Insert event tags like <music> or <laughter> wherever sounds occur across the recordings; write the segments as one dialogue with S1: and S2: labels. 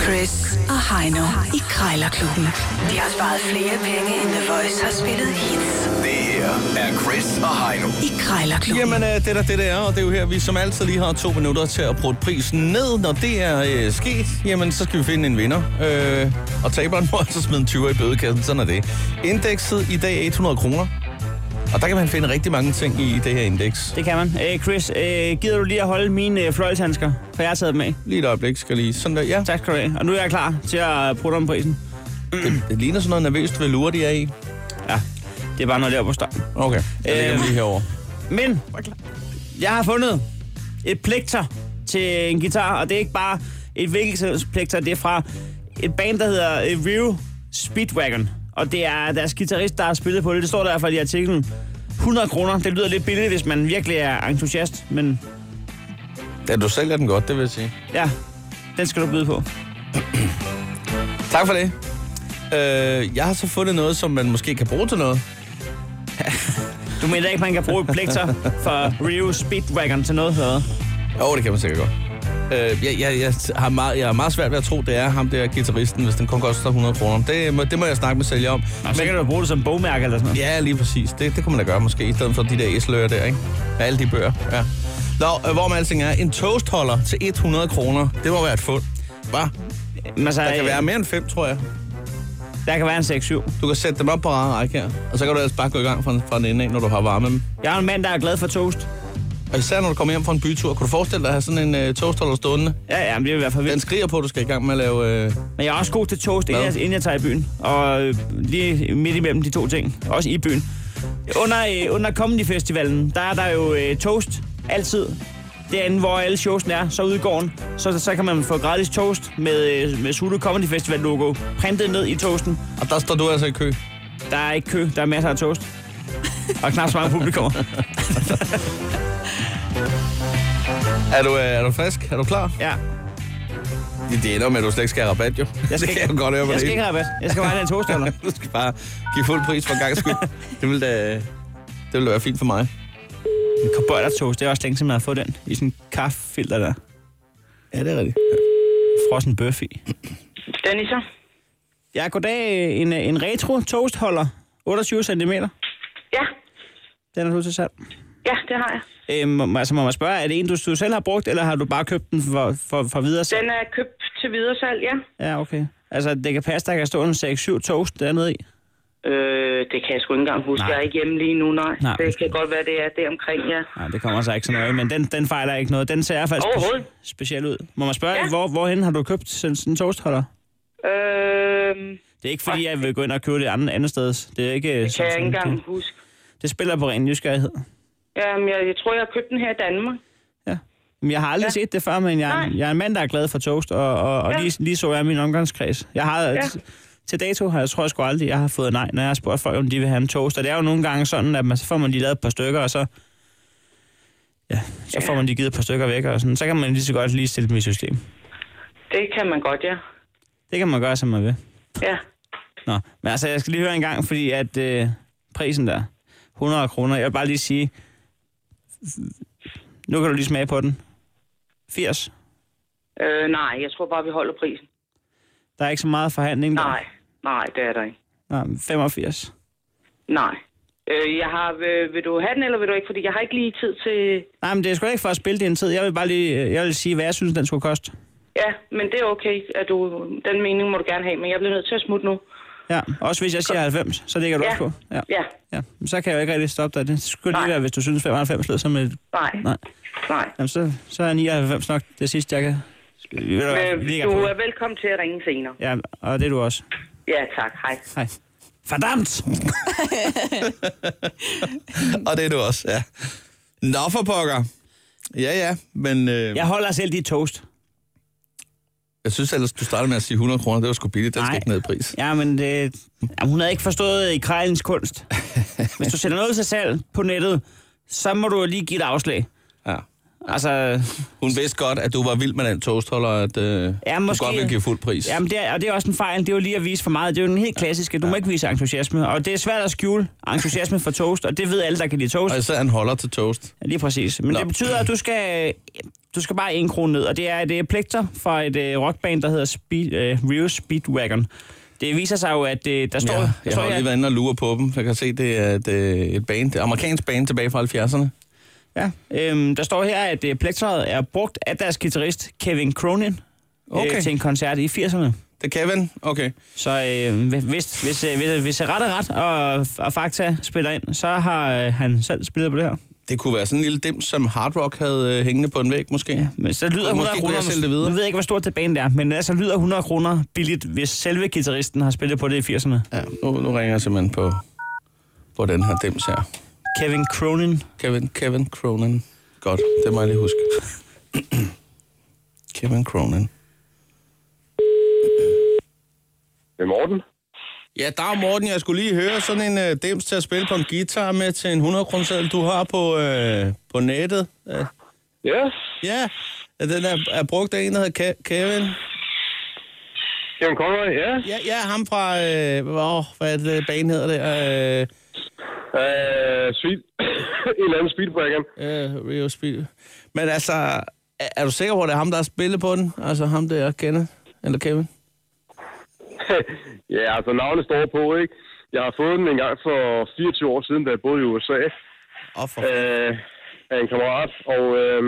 S1: Chris og Heino i Krejlerklubben. De har sparet flere penge, end The Voice har spillet hits
S2: Det her er Chris og Heino.
S1: i Krejlerklubben.
S3: Jamen, øh, det er da det, det er, og det er jo her, vi som altid lige har to minutter til at bruge prisen ned. Når det er øh, sket, jamen, så skal vi finde en vinder. Øh, og taberen må <laughs> altså smide en 20 i bødekassen, sådan er det. Indekset i dag er 100 kroner. Og der kan man finde rigtig mange ting i det her indeks.
S4: Det kan man. Øh, Chris, øh, gider du lige at holde mine øh, fløjlshandsker? For jeg har taget dem af.
S3: Lige et øjeblik skal jeg lige sådan der. Ja,
S4: Tak skal du have. Og nu er jeg klar til at øh, bruge om prisen.
S3: det, det ligner sådan noget nervøst velure, de er i.
S4: Ja, det er bare noget der på stang.
S3: Okay, jeg lægger
S4: Øh.
S3: dem lige herover.
S4: Men jeg har fundet et plekter til en guitar, og det er ikke bare et hvilket som helst plekter, det er fra et band, der hedder øh, Review Speedwagon. Og det er deres guitarist, der har spillet på det. Det står der i hvert fald i artiklen. 100 kroner. Det lyder lidt billigt, hvis man virkelig er entusiast, men
S3: Ja, du sælger den godt, det vil jeg sige.
S4: ja, den skal du byde på.
S3: Tak for det. Øh, jeg har så fundet noget, som man måske kan bruge til noget.
S4: Du mener ikke, man kan bruge et plekter for Rio Speedwagon til noget hørende?
S3: Jo, det kan man sikkert godt. Øh, jeg, jeg, jeg, har meget, jeg har meget svært ved at tro, det er ham der guitaristen, hvis den kun koster 100 kroner. Det, må- det må jeg snakke med sælger om.
S4: Nå, så kan du bruge det som bogmærke eller sådan noget.
S3: Ja, lige præcis. Det, det kunne man da gøre måske, i stedet for de der æsløer der, ikke? Ja, alle de bøger, ja. Nå, øh, hvor man alting er, en toastholder til 100 kroner, det må være et fund. Hva?
S4: Men altså,
S3: Der kan
S4: øh,
S3: være mere end fem, tror jeg.
S4: der kan være en 6-7.
S3: Du kan sætte dem op på rare række her, og så kan du ellers bare gå i gang fra, fra den ende af, når du har varme dem.
S4: Jeg er en mand, der er glad for toast.
S3: Og især når du kommer hjem fra en bytur, kunne du forestille dig at have sådan en øh, toastholder stående?
S4: Ja, ja, men det vil være for
S3: Den
S4: vildt.
S3: skriger på, at du skal i gang med at lave... Øh,
S4: Men jeg er også god til toast, inden
S3: Hvad?
S4: jeg, inden jeg tager i byen. Og øh, lige midt imellem de to ting. Også i byen. Under, øh, under Comedy Festivalen, der er der jo øh, toast. Altid. Derinde, hvor alle showsene er, så ude i gården. Så, så kan man få gratis toast med, øh, med Zulu Comedy Festival logo. Printet ned i toasten.
S3: og der står du altså i kø.
S4: Der er ikke kø, der er masser af toast. <laughs> Og knap så mange publikummer.
S3: Er du, øh, er du frisk? Er du klar?
S4: Ja.
S3: Det, det ender med, at du slet ikke skal have rabat, jo.
S4: Jeg skal
S3: det
S4: ikke-
S3: kan jeg godt høre på
S4: Jeg skal
S3: det.
S4: ikke have rabat. Jeg skal bare have en <laughs> toastholder.
S3: Du skal bare give fuld pris for en gang skyld. <laughs> det vil da, det vil da være fint for mig.
S4: En cowboy toast, det er også længe siden, man har fået den. I sådan en kaffefilter der.
S3: Ja, det er rigtigt.
S4: Frossen bøf i.
S5: Dennis, så?
S4: Ja, goddag. En, en retro toastholder. 28 cm.
S5: Ja,
S4: Den er du til salg.
S5: ja, det har jeg.
S4: Øhm, altså må man spørge, er det en, du, du selv har brugt, eller har du bare købt den for, for, for videre salg?
S5: Den er købt til videresalg, ja.
S4: Ja, okay. Altså, det kan passe, der kan stå en 6-7 toast dernede i.
S5: Øh, det kan jeg sgu ikke engang huske.
S4: Nej.
S5: Nej. Jeg er ikke hjemme lige nu, nej.
S4: Nej,
S5: nej det
S4: undskyld.
S5: kan godt være, det er deromkring, ja.
S4: Nej, det kommer altså ikke så nøje, men den, den fejler ikke noget. Den ser i hvert fald
S5: Overhovedet.
S4: spe- speciel ud. Må man spørge, ja.
S5: Ja.
S4: hvor, hvorhen har du købt sådan sådan en toastholder?
S5: Øh,
S4: Det er ikke fordi, jeg vil gå ind og købe det andet, andet sted. Det er ikke... øh,
S5: det kan jeg ikke engang huske.
S4: Det spiller på ren nysgerrighed.
S5: Jamen, jeg, jeg tror, jeg har købt den her i Danmark.
S4: Ja. Men jeg har aldrig ja.
S5: Ja.
S4: set det før, men jeg,
S5: Nej.
S4: jeg er en mand, der er glad for toast, og, og, og ja.
S5: Ja.
S4: lige, lige så er min omgangskreds. Jeg har, ja.
S5: Ja.
S4: Til dato har jeg, tror jeg sgu aldrig, jeg har fået nej, når jeg har spurgt folk, om de vil have en toast. Og det er jo nogle gange sådan, at man, så får man lige lavet et par stykker, og så, ja, så får man lige givet et par stykker væk, og sådan. så kan man lige så godt lige stille dem i system.
S5: Det kan man godt, ja.
S4: Det kan man gøre, som man vil.
S5: Ja,
S4: Nå, men altså, jeg skal lige høre en gang, fordi at øh, prisen der, 100 kroner, jeg vil bare lige sige, nu kan du lige smage på den. 80.
S5: øh, nej, jeg tror bare, vi holder prisen.
S4: Der er ikke så meget forhandling der.
S5: Nej, nej, det er der ikke.
S4: Nej, 85.
S5: Nej. Øh, jeg har, øh, vil du have den, eller vil du ikke? Fordi jeg har ikke lige tid til...
S4: Nej, men det er sgu da ikke for at spille din tid. Jeg vil bare lige øh, jeg vil sige, hvad jeg synes, den skulle koste.
S5: Ja, men det er okay. At du, den mening må du gerne have, men jeg bliver nødt til at smutte nu.
S4: Ja, også hvis jeg siger 90, så ligger du
S5: Ja.
S4: også på. Ja.
S5: Ja,
S4: ja. Men Så kan jeg jo ikke rigtig stoppe dig. Det skulle lige
S5: Nej.
S4: være, hvis du synes 95 lød som et...
S5: nej,
S4: Nej.
S5: nej.
S4: Jamen, så, så er 99 nok det sidste, jeg kan... Ved du hvad, vi
S5: Øh,
S4: ligger
S5: du
S4: på.
S5: er velkommen til at ringe senere.
S4: Ja, og det er du også.
S5: Ja, tak. Hej.
S4: Hej. Fordammt!
S3: Og det er du også, ja. Nå for pokker. Ja, ja, men øh, ja.
S4: Jeg holder selv dit toast.
S3: jeg synes ellers, du startede med at sige 100 kroner. Det var sgu billigt. Den
S4: Nej.
S3: skal ikke ned i pris.
S4: Ja, men det, jamen, hun havde ikke forstået øh, i krejlens
S3: <laughs>
S4: kunst. Hvis du sælger noget til salg på nettet, så må du lige give et afslag.
S3: Ja.
S4: Altså,
S3: Hun vidste godt, at du var vild med den toastholder, at øh,
S4: Ja,
S3: du
S4: måske.
S3: godt ville give fuld pris.
S4: Jamen, det er, og det er også en fejl. Det er jo lige at vise for meget. Det er jo den helt klassiske. Du må ikke vise entusiasme. Og det er svært at skjule entusiasme for toast, og det ved alle, der kan lide toast.
S3: Og især en holder til toast.
S4: Ja, lige præcis. Men
S3: Nå.
S4: det betyder, at du skal Du skal bare en krone ned, og det er et øh, plekter fra et øh, rockband, der hedder Speed, øh, Rio Speedwagon. Det viser sig jo, at øh, der står...
S3: Ja,
S4: der
S3: jeg
S4: står
S3: har lige været inde og lure på dem. Jeg kan se, det er et, øh, et band, et amerikansk band tilbage fra 70'erne.
S4: ja, øhm, der står her, at øh, plektret er brugt af deres guitarist Kevin Cronin okay.
S3: Okay.
S4: øh, til en koncert i 80'erne.
S3: Det er Kevin? Okay.
S4: Så øh, hvis, hvis, hvis, øh, hvis, hvis ret er ret, og, og fakta spiller ind, så har øh, han selv spillet på det her.
S3: Det kunne være sådan en lille dem, som Hard Rock havde øh, hængende på en væg, måske. Ja.
S4: Men så lyder
S3: Måske
S4: 100
S3: kunne
S4: kroner...
S3: jeg sælge det videre.
S4: Nu ved jeg ikke, hvor stort det bane er, men altså lyder 100 kroner billigt, hvis selve guitaristen har spillet på det i 80'erne.
S3: ja nu, nu ringer jeg simpelthen på, på den her dims her.
S4: Kevin Cronin.
S3: Kevin, Kevin Cronin. Godt, det må jeg lige huske. <clears throat> Kevin Cronin.
S6: Det er Morten.
S3: Ja, dag Morten, jeg skulle lige høre sådan en øh, dims til at spille på en guitar med til en 100 kroner du har på, øh, på nettet. Øh,
S6: Ja,
S3: ja, ja, den er, er brugt af en, der hedder Ke- Kevin.
S6: Jørgen Conroy, ja.
S3: Ja, ja, ham fra, øh, oh, hvad er det, banen hedder det? Øh,
S6: Øh, sweet. <coughs> en eller anden speedwagon.
S3: øh, Rio Speed. Men altså, er, er du sikker på, at det er ham, der har spillet på den? Altså ham, der jeg kender? Eller Kevin?
S6: ja, altså navnet står på, ikke? Jeg har fået den en gang for 24 år siden, da jeg boede i USA.
S3: Åh, for øh.
S6: Øh, af en kammerat, og øh,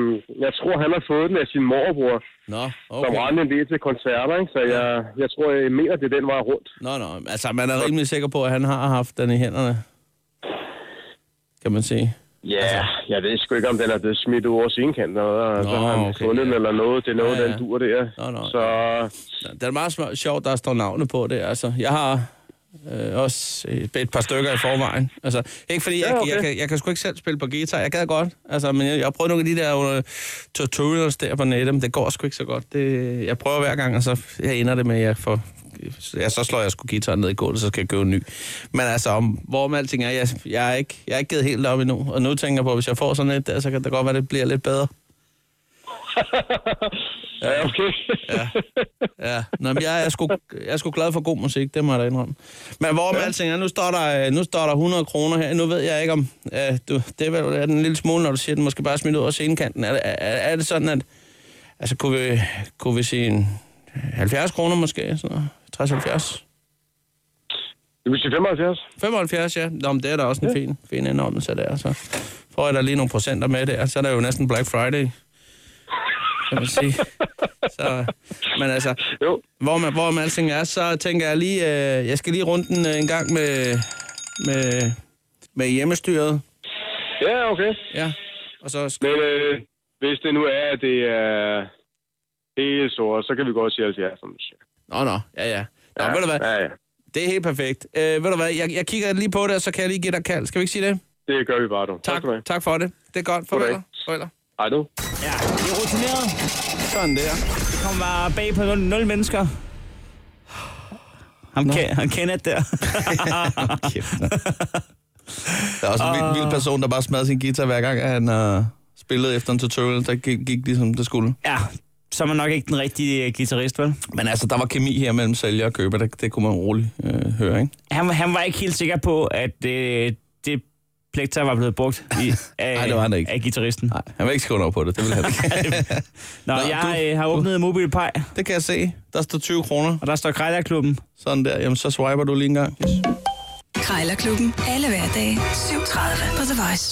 S6: jeg tror, han har fået den af sin morbror,
S3: Nå,
S6: okay. som
S3: okay.
S6: rendte en del til koncerter, ikke? Så jeg, jeg tror, jeg mener, det er den vej rundt.
S3: Nå, nå. Altså, man er rimelig sikker på, at han har haft den i hænderne. Kan man sige.
S6: Ja, altså. jeg ved sgu ikke, om den er blevet smidt ud over sindkanten, eller Nå, så har han
S3: okay,
S6: okay, fundet
S3: ja.
S6: ja. eller noget. Det er noget,
S3: Ja,
S6: ja,
S3: ja.
S6: ja. den dur der.
S3: Nå, nå.
S6: Så
S3: Nå, Det er meget sm- sjovt, der står navne på det, altså. Jeg har øh, også et, et par stykker i forvejen. Altså, ikke fordi, jeg, ja,
S6: Ja,
S3: okay.
S6: okay.
S3: jeg, kan, jeg kan sgu ikke selv spille på guitar. Jeg gad godt, altså, men jeg, jeg har prøvet nogle af de der uh, tutorials der på nettet, men det går sgu ikke så godt. Det, jeg prøver hver gang, og så jeg ender det med, at jeg får... Ja, så slår jeg sgu guitaren ned i gulvet, så skal jeg købe en ny. Men altså, om, hvorom alting er, jeg, jeg, er ikke, jeg er ikke givet helt op endnu. Og nu tænker jeg på, at hvis jeg får sådan et der, så kan det godt være, at det bliver lidt bedre.
S6: ja, okay. <laughs> ja.
S3: Ja, Nå, men jeg, er sgu, jeg er sgu glad for god musik, det må jeg da indrømme. Men hvor med ja. alting er, nu står, der, øh, nu står der 100 kroner her. Nu ved jeg ikke om... Øh, du, det er vel er den en lille smule, når du siger, at den måske bare smidt ud over scenekanten. Er, det- er, er det sådan, at... Altså, kunne vi, kunne vi sige en 70 kroner måske? Sådan noget. 60-70?
S6: Du vil sige 75?
S3: 75, ja. Nå, men det er da også en ja. fin, fin indrømmelse der. Så får jeg da lige nogle procenter med der. Så er der jo næsten Black Friday. Kan man sige. Så, men altså,
S6: Jo.
S3: hvor man, hvor man alting er, så tænker jeg lige, øh, jeg skal lige runde den øh, en gang med, med, med hjemmestyret.
S6: Ja, okay.
S3: Ja. Og så skal...
S6: Men øh, hvis det nu er, at det er hele sort, så kan vi godt sige 70. som du siger.
S3: Nå, nå, ja, ja. Nå, ja, ved du hvad,
S6: Ja, ja.
S3: det er helt perfekt. Øh, ved du hvad, jeg, jeg kigger lige på det, og så kan jeg lige give dig kald. Skal vi ikke sige det?
S6: Det gør vi bare, du.
S3: Tak,
S6: skal du have.
S3: tak for det. Det er godt.
S6: Goddag.
S3: Farvel. Farvel.
S6: Hej nu.
S4: Ja, det er rutineret.
S3: Sådan der.
S4: Det kommer bare bag på nul, nul mennesker. Ham, Ke- ham Kenneth der.
S3: Kæft, mand. Der er også en vild, vild person, der bare smadrer sin guitar hver gang, at han øh, spillede efter en tutorial, der gik, gik ligesom det skulle.
S4: ja, så er man nok ikke den rigtige øh, guitarist, vel?
S3: Men altså, der var kemi her mellem sælger og køber, det, det kunne man roligt øh, høre, ikke?
S4: Han, han var ikke helt sikker på, at øh, det plekter var blevet brugt i,
S3: <laughs>
S4: af,
S3: Nej, det var han ikke.
S4: af guitaristen.
S3: Nej, han vil ikke skrive under på det, det <laughs> vil han ikke. Nå,
S4: Nå, Nå, jeg
S3: du-
S4: øh, har åbnet MobilePay,
S3: det kan jeg se. Der står 20 kroner.
S4: og der står Krejlerklubben.
S3: Sådan der, jamen så swiper du lige en gang.
S1: Krejlerklubben. Alle hverdage. 7.30 på The Voice.